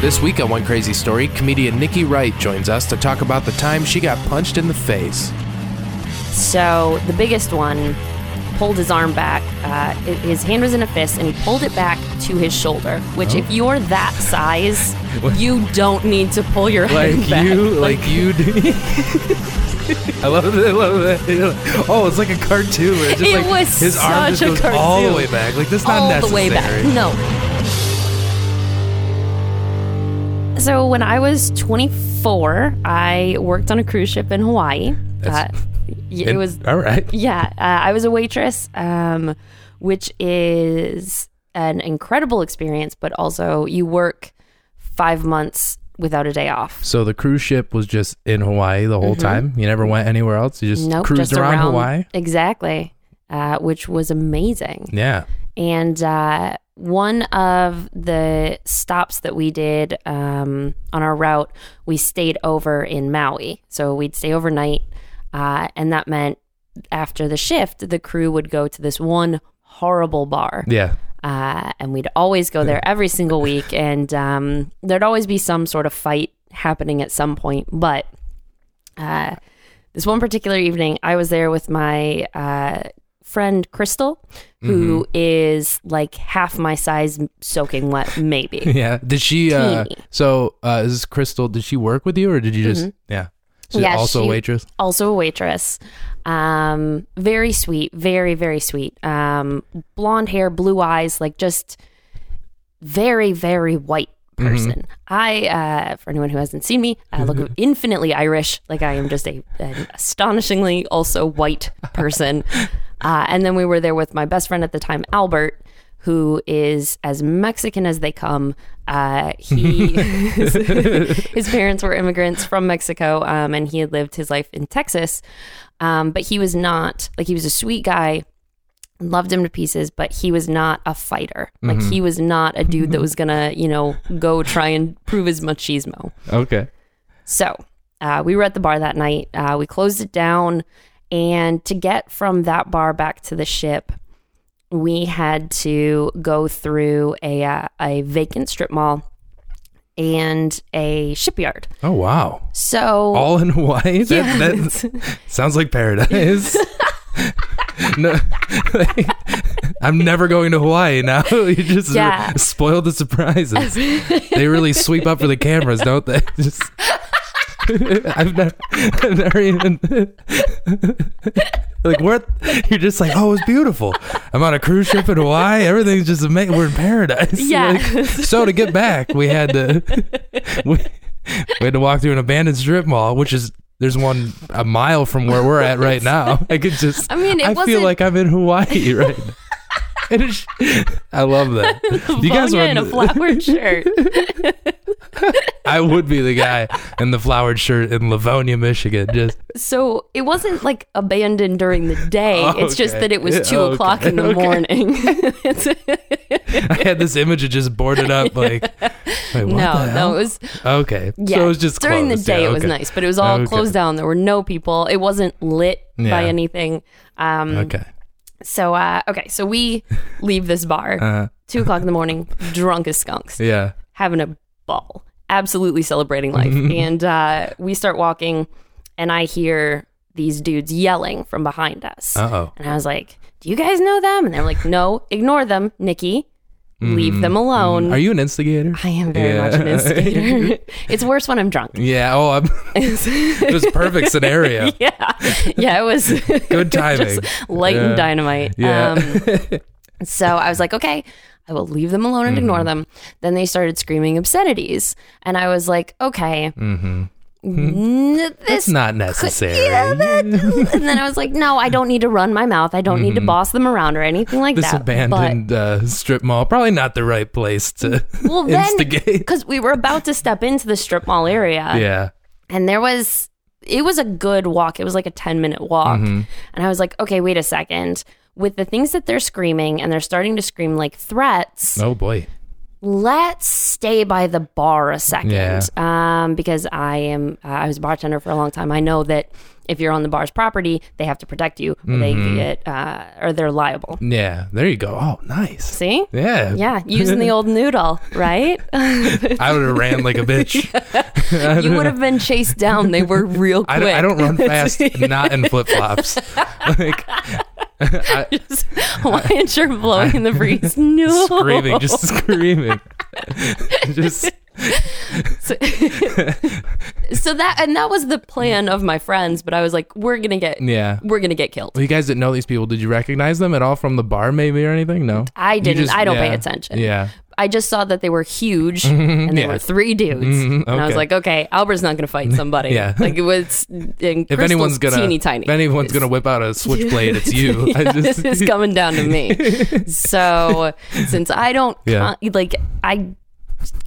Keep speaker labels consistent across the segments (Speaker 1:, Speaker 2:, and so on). Speaker 1: This week on One Crazy Story, comedian Nikki Wright joins us to talk about the time she got punched in the face.
Speaker 2: So the biggest one pulled his arm back. Uh, hi- his hand was in a fist, and he pulled it back to his shoulder. Which,
Speaker 1: Oh.
Speaker 2: if you're that size, you don't need to pull your hand back.
Speaker 1: like you. Do. I love it. I love that. Oh, it's like a cartoon. Where it's just
Speaker 2: It
Speaker 1: like
Speaker 2: was
Speaker 1: his arm
Speaker 2: such a
Speaker 1: just goes all the
Speaker 2: cartoon.
Speaker 1: way back. Like this is not
Speaker 2: all
Speaker 1: necessary.
Speaker 2: the way back. No. So when I was 24, I worked on a cruise ship in Hawaii. Uh,
Speaker 1: That's-
Speaker 2: y- it
Speaker 1: And-
Speaker 2: was
Speaker 1: all right.
Speaker 2: yeah, uh, I was a waitress, um, which is an incredible experience, but also you work five months without a day off.
Speaker 1: So the cruise ship was just in Hawaii the whole time. You never went anywhere else. You just
Speaker 2: Mm-hmm. Nope,
Speaker 1: cruised
Speaker 2: just
Speaker 1: around,
Speaker 2: around,
Speaker 1: Hawaii.
Speaker 2: Exactly, uh, which was amazing.
Speaker 1: Yeah.
Speaker 2: And uh, one of the stops that we did um, on our route, we stayed over in Maui. So we'd stay overnight. Uh, and that meant after the shift, the crew would go to this one horrible bar.
Speaker 1: Yeah.
Speaker 2: Uh, and we'd always go there every single week. And um, there'd always be some sort of fight happening at some point. But uh, this one particular evening, I was there with my uh, friend Crystal, who is like half my size, soaking wet, maybe.
Speaker 1: Yeah. Did she? Uh,
Speaker 2: Teeny.
Speaker 1: so uh, is this Crystal? Did she work with you, or did you just? Yeah. She's
Speaker 2: Mm-hmm. Yeah,
Speaker 1: also a
Speaker 2: she-
Speaker 1: waitress.
Speaker 2: also a waitress. Um, very sweet, very very sweet. Um, blonde hair, blue eyes, like just very very white person. I, uh, for anyone who hasn't seen me, I look infinitely Irish. Like I am just a an astonishingly also white person. Uh, and then we were there with my best friend at the time, Albert. Who is as Mexican as they come? Uh, he his parents were immigrants from Mexico, um, and he had lived his life in Texas. Um, but he was not like he was a sweet guy, loved him to pieces, but he was not a fighter. Like he was not a dude that was gonna, you know, go try and prove his machismo.
Speaker 1: Okay.
Speaker 2: So uh, we were at the bar that night. Uh, we closed it down, and to get from that bar back to the ship, we had to go through a uh, a vacant strip mall and a shipyard.
Speaker 1: Oh wow.
Speaker 2: So
Speaker 1: All in Hawaii. That,
Speaker 2: Yeah.
Speaker 1: that sounds like paradise. no, like, I'm never going to Hawaii now. you just
Speaker 2: Yeah.
Speaker 1: spoiled the surprises. they really sweep up for the cameras, don't they? Just. I've never, I've never even like what you're just like oh it's beautiful I'm on a cruise ship in Hawaii everything's just amazing we're in paradise
Speaker 2: Yeah.
Speaker 1: Like, so to get back we had to we, we had to walk through an abandoned strip mall which is there's one a mile from where we're at right now I could just
Speaker 2: I mean, it
Speaker 1: I feel
Speaker 2: wasn't-
Speaker 1: like I'm in Hawaii right now. It is, I love that you guys
Speaker 2: Vanya
Speaker 1: were
Speaker 2: in a flowered shirt.
Speaker 1: I would be the guy in the flowered shirt in Livonia, Michigan. Just
Speaker 2: So it wasn't like abandoned during the day. It's just
Speaker 1: Okay.
Speaker 2: that it was
Speaker 1: Yeah,
Speaker 2: two o'clock
Speaker 1: okay,
Speaker 2: in the
Speaker 1: okay.
Speaker 2: morning. It's-
Speaker 1: I had this image of just boarded up, like wait, what the
Speaker 2: no,
Speaker 1: hell?
Speaker 2: no, it was
Speaker 1: okay.
Speaker 2: yeah.
Speaker 1: so it was just
Speaker 2: during
Speaker 1: closed.
Speaker 2: the day.
Speaker 1: Yeah,
Speaker 2: It was
Speaker 1: okay.
Speaker 2: nice, but it was all
Speaker 1: Okay.
Speaker 2: closed down. There were no people. It wasn't lit
Speaker 1: Yeah. Uh.
Speaker 2: by anything. Um,
Speaker 1: Okay,
Speaker 2: So uh, okay, so we leave this bar
Speaker 1: Uh-huh.
Speaker 2: two o'clock in the morning, drunk as skunks.
Speaker 1: yeah,
Speaker 2: having a ball, absolutely celebrating life. and uh, we start walking, and I hear these dudes yelling from behind us.
Speaker 1: uh oh,
Speaker 2: And I was like, Do you guys know them? And they're like, No, ignore them, Nikki. Leave them alone.
Speaker 1: Mm-hmm. are you an instigator?
Speaker 2: Mm. I am very
Speaker 1: Yeah.
Speaker 2: much an instigator. it's worse when I'm drunk.
Speaker 1: yeah, oh, I'm, it was a perfect scenario.
Speaker 2: yeah. Yeah, it was
Speaker 1: Good timing.
Speaker 2: just um, light
Speaker 1: Yeah.
Speaker 2: and dynamite.
Speaker 1: Yeah.
Speaker 2: Um, so I was like, okay, I will leave them alone and
Speaker 1: Mm-hmm.
Speaker 2: ignore them. Then they started screaming obscenities. And I was like, okay, n- this
Speaker 1: It's not Mm-hmm. necessary.
Speaker 2: Yeah, that- and then I was like, no, I don't need to run my mouth. I don't need to boss them around or anything like
Speaker 1: Mm-hmm. this
Speaker 2: that.
Speaker 1: abandoned uh, strip mall probably not the right place to
Speaker 2: But, well, then,
Speaker 1: instigate.
Speaker 2: because we were about to step into the strip mall area,
Speaker 1: yeah,
Speaker 2: and there was, it was a good walk. It was like a 10 minute walk.
Speaker 1: Mm-hmm.
Speaker 2: And I was like, okay, wait a second. With the things that they're screaming and they're starting to scream like threats,
Speaker 1: oh boy,
Speaker 2: let's stay by the bar a second.
Speaker 1: Yeah.
Speaker 2: Um, because I am, I was a bartender for a long time. I know that if you're on the bar's property, they have to protect you, or they
Speaker 1: Mm-hmm.
Speaker 2: get uh, or they're liable.
Speaker 1: Yeah, there you go. Oh, nice.
Speaker 2: See?
Speaker 1: Yeah.
Speaker 2: Yeah, using the old noodle, right?
Speaker 1: I would have ran like a bitch.
Speaker 2: you would have been chased down. They were real quick.
Speaker 1: I don't, I don't run fast, not in flip flops. Like, I,
Speaker 2: Lions are blowing in the breeze. No.
Speaker 1: screaming, just screaming. just
Speaker 2: so, so that and that was the plan of my friends, but I was like, we're gonna get
Speaker 1: yeah.
Speaker 2: we're gonna get killed.
Speaker 1: Well, you guys didn't know these people. Did you recognize them at all from the bar, maybe or anything? No,
Speaker 2: I
Speaker 1: You
Speaker 2: didn't.
Speaker 1: just-
Speaker 2: I don't pay
Speaker 1: yeah.
Speaker 2: attention.
Speaker 1: Yeah,
Speaker 2: I just saw that they were huge and
Speaker 1: yeah.
Speaker 2: they
Speaker 1: Mm-hmm.
Speaker 2: were three dudes. And I was
Speaker 1: okay.
Speaker 2: like, okay, Albert's not going to fight somebody.
Speaker 1: Yeah.
Speaker 2: Like it was, and
Speaker 1: if anyone's gonna,
Speaker 2: teeny tiny.
Speaker 1: if anyone's gonna whip out a switchblade, it's you. I
Speaker 2: Yeah,
Speaker 1: just,
Speaker 2: this is coming down to me. so since I don't
Speaker 1: Yeah.
Speaker 2: con- like I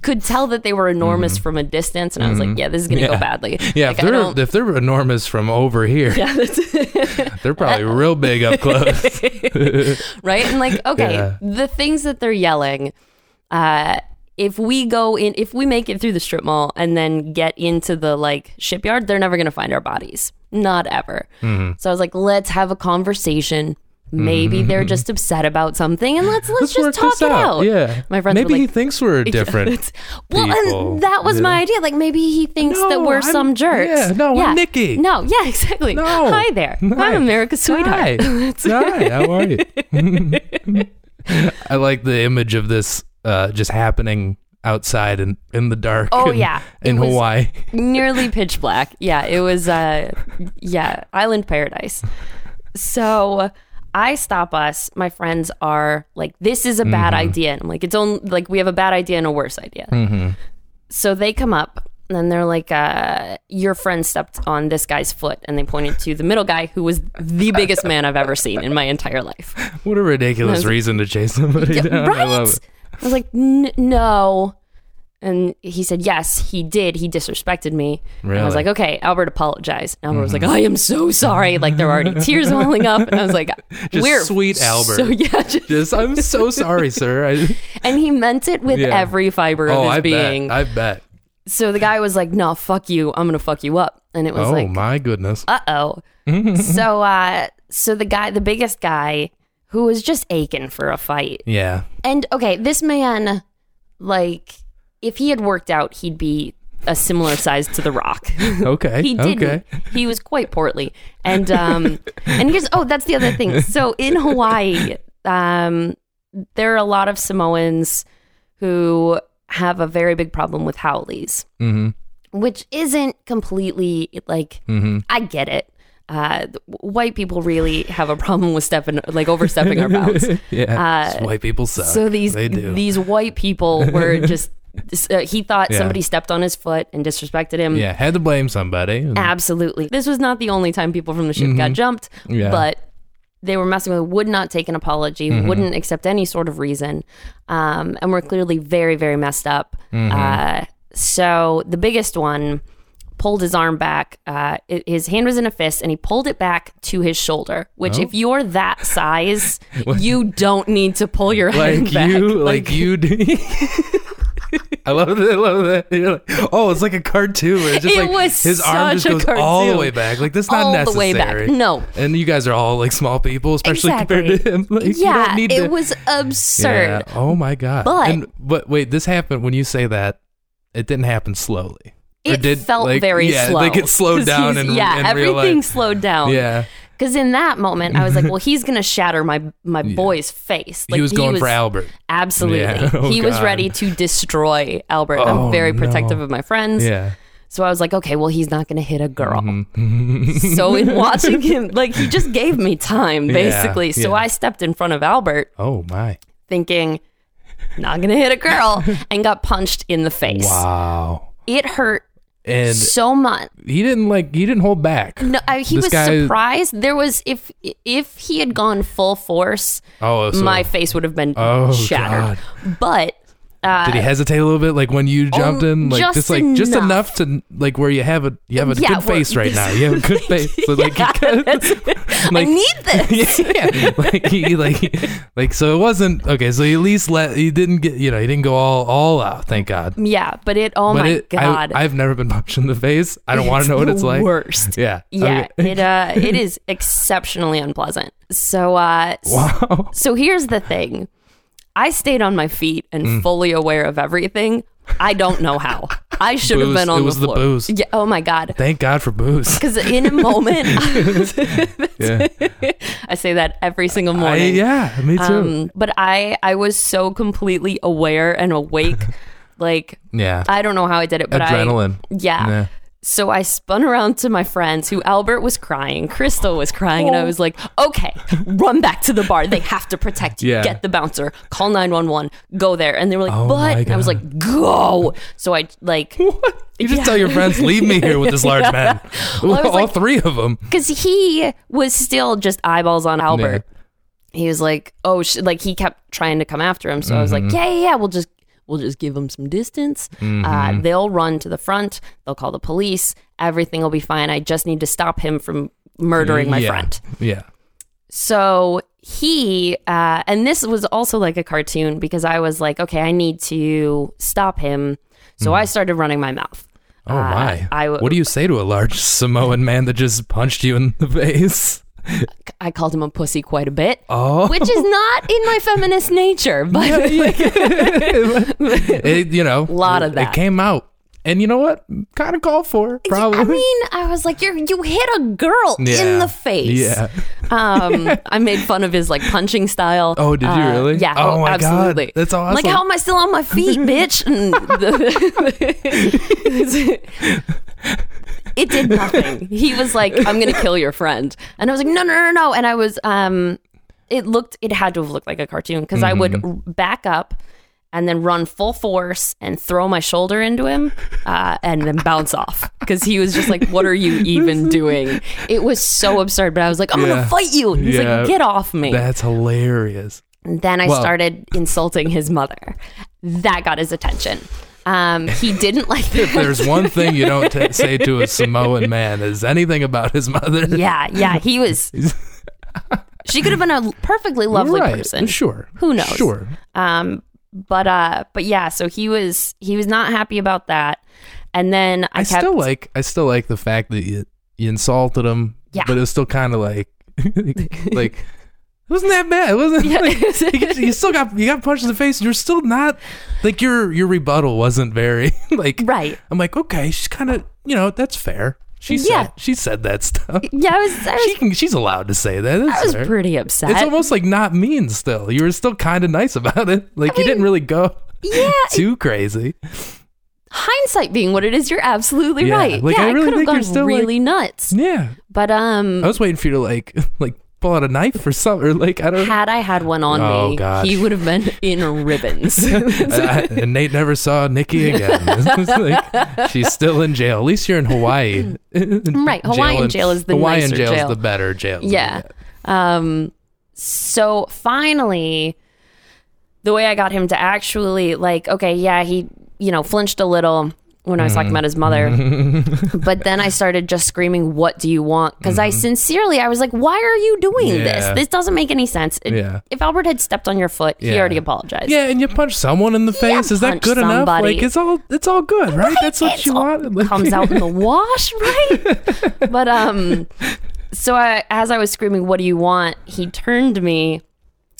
Speaker 2: could tell that they were enormous from a distance, and I was like, yeah, this is gonna go
Speaker 1: Mm-hmm. Yeah.
Speaker 2: badly.
Speaker 1: yeah,
Speaker 2: like,
Speaker 1: if
Speaker 2: I
Speaker 1: they're
Speaker 2: don't.
Speaker 1: if they're enormous from over here,
Speaker 2: yeah, that's-
Speaker 1: they're probably real big up close.
Speaker 2: right? And like, okay,
Speaker 1: Yeah.
Speaker 2: the things that they're yelling, uh, if we go in, if we make it through the strip mall and then get into the like shipyard, they're never gonna find our bodies. Not ever.
Speaker 1: Mm-hmm.
Speaker 2: So I was like, let's have a conversation. Maybe they're just upset about something, and let's let's, just talk it out.
Speaker 1: Yeah,
Speaker 2: My friends were
Speaker 1: Maybe
Speaker 2: like-
Speaker 1: he thinks we're different.
Speaker 2: It's- well,
Speaker 1: people.
Speaker 2: and that was my idea. Like maybe he thinks that
Speaker 1: No, I'm-
Speaker 2: we're some jerks.
Speaker 1: yeah, no, I'm Nikki.
Speaker 2: No, yeah, exactly.
Speaker 1: No.
Speaker 2: Hi there.
Speaker 1: Hi.
Speaker 2: I'm America's
Speaker 1: Hi.
Speaker 2: sweetheart.
Speaker 1: Hi, how are you? I like the image of this uh, just happening outside and in the dark.
Speaker 2: Oh,
Speaker 1: in-
Speaker 2: yeah.
Speaker 1: in
Speaker 2: It was-
Speaker 1: Hawaii.
Speaker 2: Nearly pitch black. Yeah, it was. Uh, yeah, island paradise. So I stop us. My friends are like, "This is a bad idea," and I'm like, "It's only like we have a bad idea and a worse idea." So they come up. And then they're like, uh, your friend stepped on this guy's foot, and they pointed to the middle guy, who was the biggest man I've ever seen in my entire life.
Speaker 1: What a ridiculous reason to chase somebody
Speaker 2: Yeah,
Speaker 1: down. I
Speaker 2: right?
Speaker 1: love it.
Speaker 2: I was like, N- no. And he said, yes, he did. He disrespected me. And I was
Speaker 1: Really? Mm-hmm.
Speaker 2: like, okay, Albert apologized. And Albert was like, I am so sorry. Like, there were already tears welling up. And I was like,
Speaker 1: Just
Speaker 2: we're
Speaker 1: sweet Albert.
Speaker 2: So, yeah. Just,
Speaker 1: Just, I'm so sorry, sir. I,
Speaker 2: and he meant it with
Speaker 1: Yeah.
Speaker 2: every fiber of
Speaker 1: oh,
Speaker 2: his
Speaker 1: I
Speaker 2: being.
Speaker 1: bet. I bet.
Speaker 2: so the guy was like, no, fuck you. I'm going to fuck you up. And it was
Speaker 1: Oh
Speaker 2: like,
Speaker 1: my goodness.
Speaker 2: uh oh. so, uh, so the guy, the biggest guy who was just aching for a fight,
Speaker 1: yeah.
Speaker 2: And okay, this man, like, if he had worked out, he'd be a similar size to the rock.
Speaker 1: Okay.
Speaker 2: he didn't.
Speaker 1: Okay.
Speaker 2: He was quite portly. And um and here's oh, that's the other thing. So in Hawaii, um there are a lot of Samoans who have a very big problem with howlies. Which isn't completely like I get it. Uh, th- white people really have a problem with stepping like overstepping our bounds.
Speaker 1: Yeah.
Speaker 2: Uh,
Speaker 1: Just white people suck.
Speaker 2: So these
Speaker 1: they do.
Speaker 2: these white people were just. Uh, he thought
Speaker 1: Yeah.
Speaker 2: somebody stepped on his foot and disrespected him.
Speaker 1: yeah. Had to blame somebody. and-
Speaker 2: Absolutely. This was not the only time people from the ship got jumped,
Speaker 1: Mm-hmm. Yeah. Mm-hmm.
Speaker 2: but they were messing with, would not take an apology, wouldn't accept any sort of reason, um, and were clearly very, very messed up.
Speaker 1: Mm-hmm.
Speaker 2: Uh, so the biggest one pulled his arm back. Uh, i- his hand was in a fist, and he pulled it back to his shoulder. Which,
Speaker 1: Oh.
Speaker 2: if you're that size, you don't need to pull your hand
Speaker 1: like
Speaker 2: back.
Speaker 1: you, like, you do. I love that. I love that. You're like, oh, it's like a cartoon. Where it's just
Speaker 2: It
Speaker 1: like
Speaker 2: was
Speaker 1: his arm
Speaker 2: such
Speaker 1: just
Speaker 2: a
Speaker 1: goes all the
Speaker 2: cartoon.
Speaker 1: way back. Like that's not
Speaker 2: All the
Speaker 1: necessary.
Speaker 2: way back. No.
Speaker 1: And you guys are all like small people, especially compared to him. Like, you
Speaker 2: yeah,
Speaker 1: don't need
Speaker 2: it
Speaker 1: to-
Speaker 2: was absurd.
Speaker 1: Yeah. Oh my god.
Speaker 2: But-
Speaker 1: and, but wait, this happened when you say that. It didn't happen slowly. Or
Speaker 2: It
Speaker 1: did,
Speaker 2: felt
Speaker 1: like-
Speaker 2: very
Speaker 1: yeah,
Speaker 2: slow.
Speaker 1: Like it slowed
Speaker 2: 'Cause
Speaker 1: down
Speaker 2: he's-
Speaker 1: and
Speaker 2: yeah,
Speaker 1: in real
Speaker 2: everything
Speaker 1: life.
Speaker 2: slowed down.
Speaker 1: Yeah,
Speaker 2: because in that moment I was like, well, he's gonna shatter my my boy's face. Like
Speaker 1: he was going for Albert.
Speaker 2: Absolutely,
Speaker 1: Yeah. Oh,
Speaker 2: he was
Speaker 1: God.
Speaker 2: ready to destroy Albert. I'm
Speaker 1: Oh,
Speaker 2: very
Speaker 1: no.
Speaker 2: protective of my friends,
Speaker 1: Yeah,
Speaker 2: so I was like, okay, well, he's not gonna hit a girl. so in watching him, like he just gave me time basically. so
Speaker 1: Mm-hmm. yeah.
Speaker 2: I stepped in front of Albert,
Speaker 1: Oh my.
Speaker 2: thinking. Not gonna hit a girl and got punched in the face.
Speaker 1: Wow.
Speaker 2: It hurt
Speaker 1: And
Speaker 2: so much.
Speaker 1: he didn't like. He didn't hold back.
Speaker 2: No, I, he
Speaker 1: This
Speaker 2: was
Speaker 1: guy-
Speaker 2: surprised. There was if if he had gone full force,
Speaker 1: Oh, so
Speaker 2: my face would have been
Speaker 1: Oh,
Speaker 2: shattered. But Uh,
Speaker 1: Did he hesitate a little bit, like when you jumped in, like
Speaker 2: Oh, just
Speaker 1: just like just enough
Speaker 2: enough.
Speaker 1: to like where you have a you have a
Speaker 2: Yeah,
Speaker 1: good
Speaker 2: well,
Speaker 1: face right now. You have a good face. So, like, you
Speaker 2: Yeah,
Speaker 1: kinda-
Speaker 2: that's-
Speaker 1: like-
Speaker 2: I need this.
Speaker 1: yeah, like he like like so it wasn't okay. So he at least let he didn't get you know he didn't go all all out. Thank God.
Speaker 2: Yeah, but it. Oh
Speaker 1: but
Speaker 2: my
Speaker 1: it,
Speaker 2: god.
Speaker 1: I, I've never been punched in the face. I don't want to know what
Speaker 2: the
Speaker 1: it's like.
Speaker 2: Worst.
Speaker 1: Yeah.
Speaker 2: Yeah,
Speaker 1: Okay.
Speaker 2: it uh, it is exceptionally unpleasant. So uh, s-
Speaker 1: Wow.
Speaker 2: so here's the thing. I stayed on my feet and
Speaker 1: Mm.
Speaker 2: fully aware of everything. I don't know how. I should have
Speaker 1: Booze.
Speaker 2: been on
Speaker 1: It
Speaker 2: the
Speaker 1: was the
Speaker 2: floor.
Speaker 1: booze.
Speaker 2: Yeah. Oh my god.
Speaker 1: Thank God for booze.
Speaker 2: Because in a moment,
Speaker 1: Yeah.
Speaker 2: I say that every single
Speaker 1: I,
Speaker 2: morning.
Speaker 1: yeah. Me too.
Speaker 2: Um, but I I was so completely aware and awake, like
Speaker 1: yeah.
Speaker 2: I don't know how I did it, but
Speaker 1: Adrenaline.
Speaker 2: I yeah.
Speaker 1: Yeah.
Speaker 2: So I spun around to my friends who Albert was crying, Crystal was crying, and I was like, okay, run back to the bar. They have to protect you.
Speaker 1: Yeah.
Speaker 2: Get the bouncer, call 911, go there. And they were like,
Speaker 1: Oh
Speaker 2: but
Speaker 1: my
Speaker 2: and I was like, go. So I like,
Speaker 1: You just tell your friends, leave me here with this large man.
Speaker 2: Well, I
Speaker 1: all
Speaker 2: was like-
Speaker 1: three of them.
Speaker 2: because he was still just eyeballs on Albert. He was like, oh, sh-, like he kept trying to come after him. So I was like,
Speaker 1: Mm-hmm.
Speaker 2: yeah, yeah, yeah, we'll just we'll just give them some distance. Uh,
Speaker 1: Mm-hmm.
Speaker 2: they'll run to the front. They'll call the police. Everything will be fine. I just need to stop him from murdering my
Speaker 1: yeah.
Speaker 2: friend.
Speaker 1: Yeah.
Speaker 2: So he, uh, and this was also like a cartoon because I was like, okay, I need to stop him. So
Speaker 1: Mm-hmm.
Speaker 2: I started running my mouth.
Speaker 1: Oh my.
Speaker 2: Uh, I w-
Speaker 1: what do you say to a large Samoan man that just punched you in the face?
Speaker 2: I called him a pussy quite a bit.
Speaker 1: Oh.
Speaker 2: which is not in my feminist nature, but
Speaker 1: It, you know, a
Speaker 2: Lot of
Speaker 1: It
Speaker 2: that.
Speaker 1: came out. And you know what? Kind of called for, probably.
Speaker 2: I mean, I was like, you you hit a girl
Speaker 1: Yeah.
Speaker 2: in the face.
Speaker 1: Yeah.
Speaker 2: Um, I made fun of his like punching style.
Speaker 1: Oh, did you
Speaker 2: Uh,
Speaker 1: really?
Speaker 2: Yeah.
Speaker 1: Oh my God.
Speaker 2: absolutely.
Speaker 1: That's
Speaker 2: I'm Like,
Speaker 1: awesome.
Speaker 2: how am I still on my feet, bitch? And the- it did nothing. He was like, I'm gonna kill your friend, and I was like, no, no, no, no. And I was, um, it looked, it had to have looked like a cartoon because I would
Speaker 1: Mm-hmm.
Speaker 2: r- back up. And then run full force and throw my shoulder into him, uh, and then bounce off because he was just like, "What are you even doing?" It was so absurd, but I was like, "I'm
Speaker 1: Yeah.
Speaker 2: gonna fight you." And he's
Speaker 1: Yeah.
Speaker 2: like, "Get off me!"
Speaker 1: That's hilarious.
Speaker 2: And then I
Speaker 1: Well-
Speaker 2: started insulting his mother. That got his attention. Um, he didn't like the
Speaker 1: There's one thing you don't t- say to a Samoan man is anything about his mother.
Speaker 2: Yeah, yeah, he was. She could have been a perfectly lovely
Speaker 1: right.
Speaker 2: person,
Speaker 1: Sure.
Speaker 2: Who knows?
Speaker 1: Sure.
Speaker 2: um, but uh, but yeah. So he was he was not happy about that. And then I,
Speaker 1: I
Speaker 2: kept
Speaker 1: still like I still like the fact that you, you insulted him,
Speaker 2: Yeah.
Speaker 1: but it was still kind of like like it wasn't that bad. It wasn't
Speaker 2: Yeah.
Speaker 1: like, you, get- you still got you got punched in the face. and You're still not like your your rebuttal wasn't very like
Speaker 2: right.
Speaker 1: I'm like okay, she's kind of you know that's fair. She
Speaker 2: Yeah.
Speaker 1: said she said that stuff.
Speaker 2: Yeah, I was I was,
Speaker 1: She can she's allowed to say that. That's
Speaker 2: I was
Speaker 1: fair.
Speaker 2: pretty upset.
Speaker 1: it's almost like not mean still. You were still kind of nice about it. Like you didn't really go
Speaker 2: yeah,
Speaker 1: too crazy.
Speaker 2: hindsight being what it is, you're absolutely
Speaker 1: Yeah,
Speaker 2: right.
Speaker 1: like,
Speaker 2: yeah,
Speaker 1: I
Speaker 2: I,
Speaker 1: really
Speaker 2: could have
Speaker 1: think you're
Speaker 2: gone
Speaker 1: still, like-
Speaker 2: really nuts.
Speaker 1: Yeah.
Speaker 2: But um,
Speaker 1: I was waiting for you to like like pull out a knife or something or like I don't know.
Speaker 2: had I had one on
Speaker 1: Oh,
Speaker 2: me,
Speaker 1: gosh.
Speaker 2: he would have been in ribbons.
Speaker 1: I- I- and Nate never saw Nikki again. It's like, she's still in jail. At least you're in Hawaii.
Speaker 2: right, Hawaiian jail, is the
Speaker 1: Hawaiian
Speaker 2: nicer
Speaker 1: jail
Speaker 2: jail.
Speaker 1: is the better jail.
Speaker 2: yeah. Um, so finally, the way I got him to actually like, okay, yeah, he you know flinched a little when I was
Speaker 1: Mm-hmm.
Speaker 2: talking about his mother, but then I started just screaming, "What do you want?" Because I sincerely, I was like, "Why are you doing
Speaker 1: Mm-hmm. Yeah.
Speaker 2: this? This doesn't make any sense." It-
Speaker 1: Yeah.
Speaker 2: If Albert had stepped on your foot, he
Speaker 1: Yeah.
Speaker 2: already apologized.
Speaker 1: Yeah, and you punch someone in the face. is that
Speaker 2: punch
Speaker 1: good enough?
Speaker 2: somebody.
Speaker 1: Like it's all it's all good, right? That's what
Speaker 2: it's
Speaker 1: you
Speaker 2: all-
Speaker 1: want. Like,
Speaker 2: comes out in the wash, right? but um, so I, as I was screaming, "What do you want?" He turned to me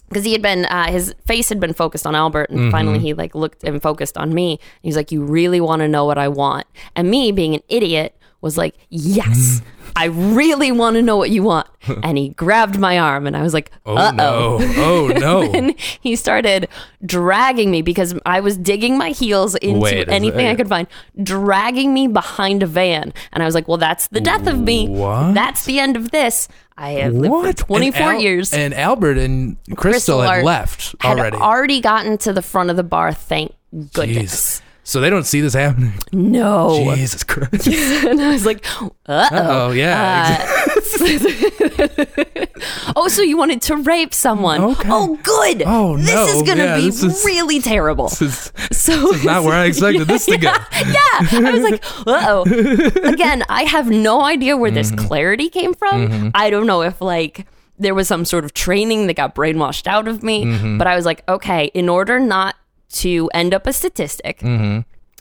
Speaker 2: because he had been uh, his face had been focused on Albert, and
Speaker 1: Mm-hmm.
Speaker 2: finally he like looked and focused on me. He was like, "You really want to know what I want?" And me, being an idiot, was like, "Yes."
Speaker 1: Mm-hmm.
Speaker 2: I really want to know what you want. And he grabbed my arm, and I was like,
Speaker 1: Oh
Speaker 2: uh
Speaker 1: no.
Speaker 2: oh.
Speaker 1: Oh no.
Speaker 2: And he started dragging me because I was digging my heels into
Speaker 1: Wait a
Speaker 2: anything I
Speaker 1: second.
Speaker 2: could find, dragging me behind a van. And I was like, well, that's the death of me.
Speaker 1: What?
Speaker 2: That's the end of this. I have
Speaker 1: What?
Speaker 2: lived for 24
Speaker 1: And Al-
Speaker 2: years.
Speaker 1: And Albert and Crystal, had
Speaker 2: are-
Speaker 1: left
Speaker 2: had
Speaker 1: already.
Speaker 2: already gotten to the front of the bar, thank goodness.
Speaker 1: Jeez. So they don't see this happening.
Speaker 2: No.
Speaker 1: Jesus Christ.
Speaker 2: and I was like, uh oh.
Speaker 1: Oh yeah.
Speaker 2: Uh, oh, so you wanted to rape someone?
Speaker 1: Okay.
Speaker 2: Oh, good.
Speaker 1: Oh,
Speaker 2: this
Speaker 1: no.
Speaker 2: is gonna
Speaker 1: Yeah,
Speaker 2: be
Speaker 1: this is-
Speaker 2: really terrible.
Speaker 1: This is
Speaker 2: so
Speaker 1: not where I expected this to go.
Speaker 2: yeah, I was like, uh oh. Again, I have no idea where this clarity came from. I don't know if like there was some sort of training that got brainwashed out of me, but I was like, okay, in order not to end up a statistic,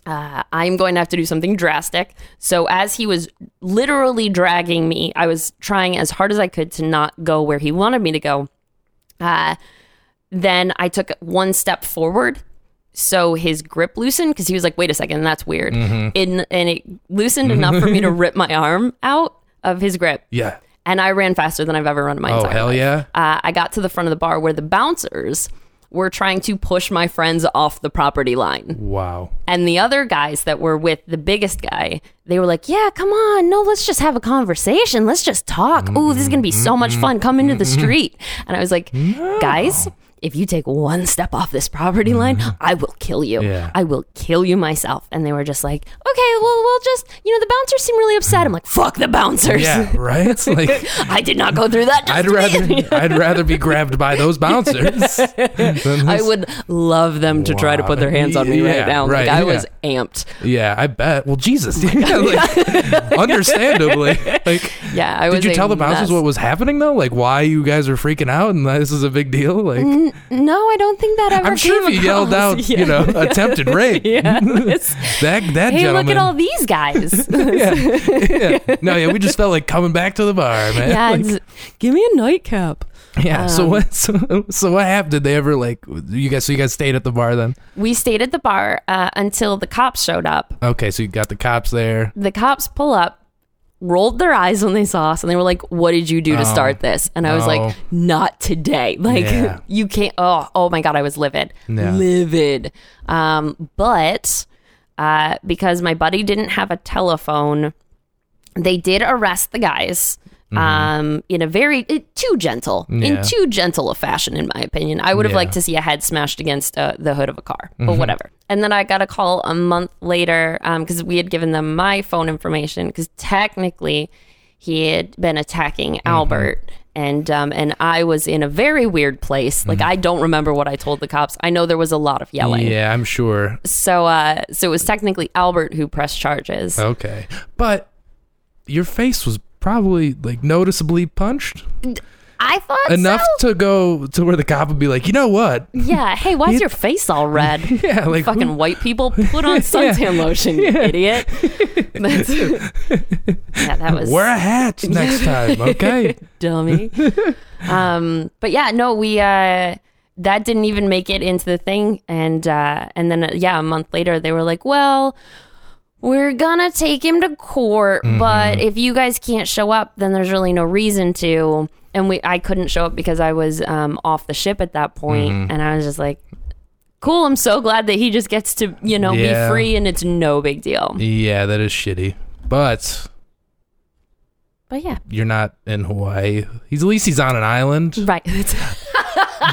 Speaker 2: uh, I'm going to have to do something drastic. So, as he was literally dragging me, I was trying as hard as I could to not go where he wanted me to go. Uh, then I took one step forward. So his grip loosened because he was like, wait a second, that's weird.
Speaker 1: Mm-hmm.
Speaker 2: In, and it loosened enough for me to rip my arm out of his grip.
Speaker 1: Yeah.
Speaker 2: And I ran faster than I've ever run in my
Speaker 1: Oh
Speaker 2: entire
Speaker 1: hell
Speaker 2: life.
Speaker 1: yeah.
Speaker 2: Uh, I got to the front of the bar where the bouncers were trying to push my friends off the property line.
Speaker 1: Wow.
Speaker 2: And the other guys that were with the biggest guy, they were like, "Yeah, come on, no, let's just have a conversation. Let's just talk. Ooh, this is gonna be so much fun. Come into
Speaker 1: Mm-hmm.
Speaker 2: the street." And I was like, "Guys." If you take one step off this property line, I will kill you.
Speaker 1: Mm-hmm. Yeah.
Speaker 2: I will kill you myself. And they were just like, okay, well, we'll just, you know, the bouncers seem really upset. I'm like, fuck the bouncers.
Speaker 1: Yeah. Right. It's like
Speaker 2: I did not go through that. just
Speaker 1: I'd
Speaker 2: to be
Speaker 1: rather
Speaker 2: in here."
Speaker 1: I'd rather be grabbed by those bouncers. than
Speaker 2: I
Speaker 1: this-
Speaker 2: would love them to try to
Speaker 1: Wow.
Speaker 2: put their hands on me
Speaker 1: Yeah,
Speaker 2: right now.
Speaker 1: right,
Speaker 2: like, I
Speaker 1: yeah.
Speaker 2: was amped.
Speaker 1: Yeah, I bet. Well, Jesus. Yeah, like, understandably. Like,
Speaker 2: Yeah, I was.
Speaker 1: did you
Speaker 2: a
Speaker 1: tell the bouncers
Speaker 2: mess.
Speaker 1: what was happening though? Like, why you guys are freaking out and this is a big deal? Like,
Speaker 2: No, I don't think that ever.
Speaker 1: I'm sure if
Speaker 2: came
Speaker 1: you yelled
Speaker 2: across.
Speaker 1: out,
Speaker 2: Yeah.
Speaker 1: you know, attempted rape.
Speaker 2: Yeah. it's-
Speaker 1: That that
Speaker 2: hey,
Speaker 1: gentleman.
Speaker 2: look at all these guys.
Speaker 1: yeah. No, yeah, we just felt like coming back to the bar, man.
Speaker 2: yeah,
Speaker 1: Like,
Speaker 2: it's- give me a nightcap.
Speaker 1: yeah. so
Speaker 2: Um,
Speaker 1: what? So, so what happened? Did they ever like you guys? So you guys stayed at the bar then?
Speaker 2: We stayed at the bar uh, until the cops showed up.
Speaker 1: Okay, so you got the cops there.
Speaker 2: The cops pull up, rolled their eyes when they saw us, and they were like, "What did you do to start this?" And I was
Speaker 1: Oh. no.
Speaker 2: like, "Not today. Like,
Speaker 1: Yeah.
Speaker 2: you can't." Oh, oh my god, I was livid,
Speaker 1: Yeah.
Speaker 2: livid. Um, but uh, because my buddy didn't have a telephone. they did arrest the guys um in a very it, too gentle
Speaker 1: Mm-hmm. Yeah.
Speaker 2: in too gentle a fashion in my opinion i would have
Speaker 1: Yeah. Mm-hmm.
Speaker 2: liked to see a head smashed against uh, the hood of a car but whatever and then i got a call a month later because we had given them my phone information because technically he had been attacking
Speaker 1: Mm-hmm.
Speaker 2: albert and um, and i was in a very weird place like i don't remember what i told the cops i know there was a lot of yelling
Speaker 1: Mm-hmm. Yeah, I'm sure.
Speaker 2: so uh so it was technically albert who pressed charges
Speaker 1: Okay, but your face was probably like noticeably punched
Speaker 2: i thought
Speaker 1: enough
Speaker 2: so.
Speaker 1: to go to where the cop would be like, you know what?
Speaker 2: Yeah. Hey, why's your face all red?
Speaker 1: Yeah, like
Speaker 2: Fucking white people, put on suntan lotion, you idiot. That's- yeah, that was
Speaker 1: wear a hat next time, okay?
Speaker 2: dummy. um, but yeah, no, we uh, that didn't even make it into the thing, and uh, and then uh, yeah, a month later they were like, well. We're gonna take him to court,
Speaker 1: Mm-hmm.
Speaker 2: but if you guys can't show up, then there's really no reason to. And we, I couldn't show up because I was um, off the ship at that point,
Speaker 1: Mm-hmm.
Speaker 2: and I was just like, "Cool, I'm so glad that he just gets to, you know,
Speaker 1: Yeah.
Speaker 2: be free, and it's no big deal."
Speaker 1: yeah, that is shitty, but
Speaker 2: But yeah,
Speaker 1: you're not in Hawaii. He's at least he's on an island,
Speaker 2: right.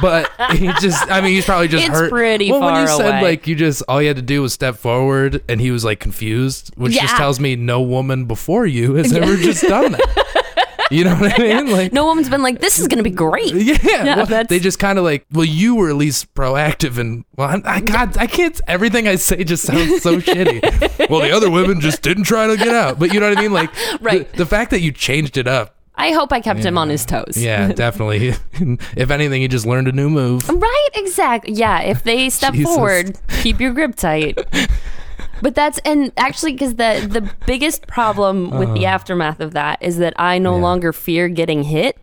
Speaker 1: but he just I mean he's probably just
Speaker 2: It's
Speaker 1: hurt.
Speaker 2: pretty
Speaker 1: well, when
Speaker 2: far
Speaker 1: you said
Speaker 2: away.
Speaker 1: like you just all you had to do was step forward and he was like confused, which just
Speaker 2: Yeah.
Speaker 1: tells me no woman before you has ever just done that. You know what I mean? Like
Speaker 2: no woman's been like, "This is gonna be great."
Speaker 1: Yeah, well,
Speaker 2: that's-
Speaker 1: they just kind of like. Well, you were at least proactive, and well, I'm, I God, I can't. Everything I say just sounds so shitty. Well, the other women just didn't try to get out, but you know what I mean. Like,
Speaker 2: Right.
Speaker 1: The, the fact that you changed it up,
Speaker 2: I hope I kept him on his toes.
Speaker 1: yeah, definitely. if anything, he just learned a new move.
Speaker 2: Right, exactly. Yeah, if they step
Speaker 1: Jesus.
Speaker 2: forward, keep your grip tight. But that's and actually because the the biggest problem with
Speaker 1: Uh.
Speaker 2: the aftermath of that is that I no longer fear getting hit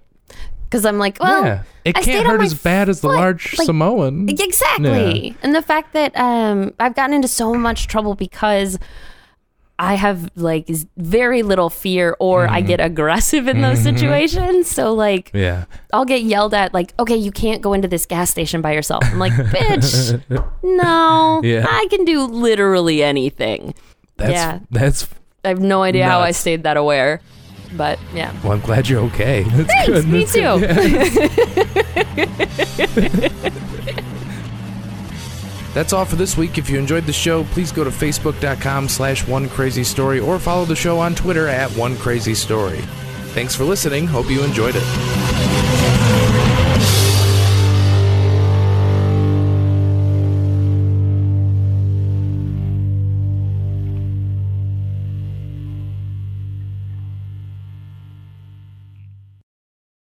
Speaker 2: because I'm like, well,
Speaker 1: yeah, it
Speaker 2: I stayed
Speaker 1: can't
Speaker 2: on
Speaker 1: hurt
Speaker 2: my
Speaker 1: as bad as the
Speaker 2: foot.
Speaker 1: large
Speaker 2: Like,
Speaker 1: Samoan.
Speaker 2: Exactly. And the fact that um, I've gotten into so much trouble because I have like z- very little fear or
Speaker 1: Mm-hmm.
Speaker 2: I get aggressive in those situations. So, like,
Speaker 1: Yeah,
Speaker 2: I'll get yelled at, like, okay, you can't go into this gas station by yourself. I'm like,
Speaker 1: Uh,
Speaker 2: bitch, no,
Speaker 1: Yeah.
Speaker 2: I can do literally anything.
Speaker 1: that's
Speaker 2: Yeah.
Speaker 1: that's.
Speaker 2: I have no idea how I
Speaker 1: Nuts.
Speaker 2: stayed that aware, but yeah.
Speaker 1: Well, I'm glad you're okay. That's
Speaker 2: Thanks,
Speaker 1: good.
Speaker 2: me
Speaker 1: That's good.
Speaker 2: too.
Speaker 1: That's all for this week. If you enjoyed the show, please go to facebook.com slash one crazy story or follow the show on Twitter at one crazy story. Thanks for listening. Hope you enjoyed it.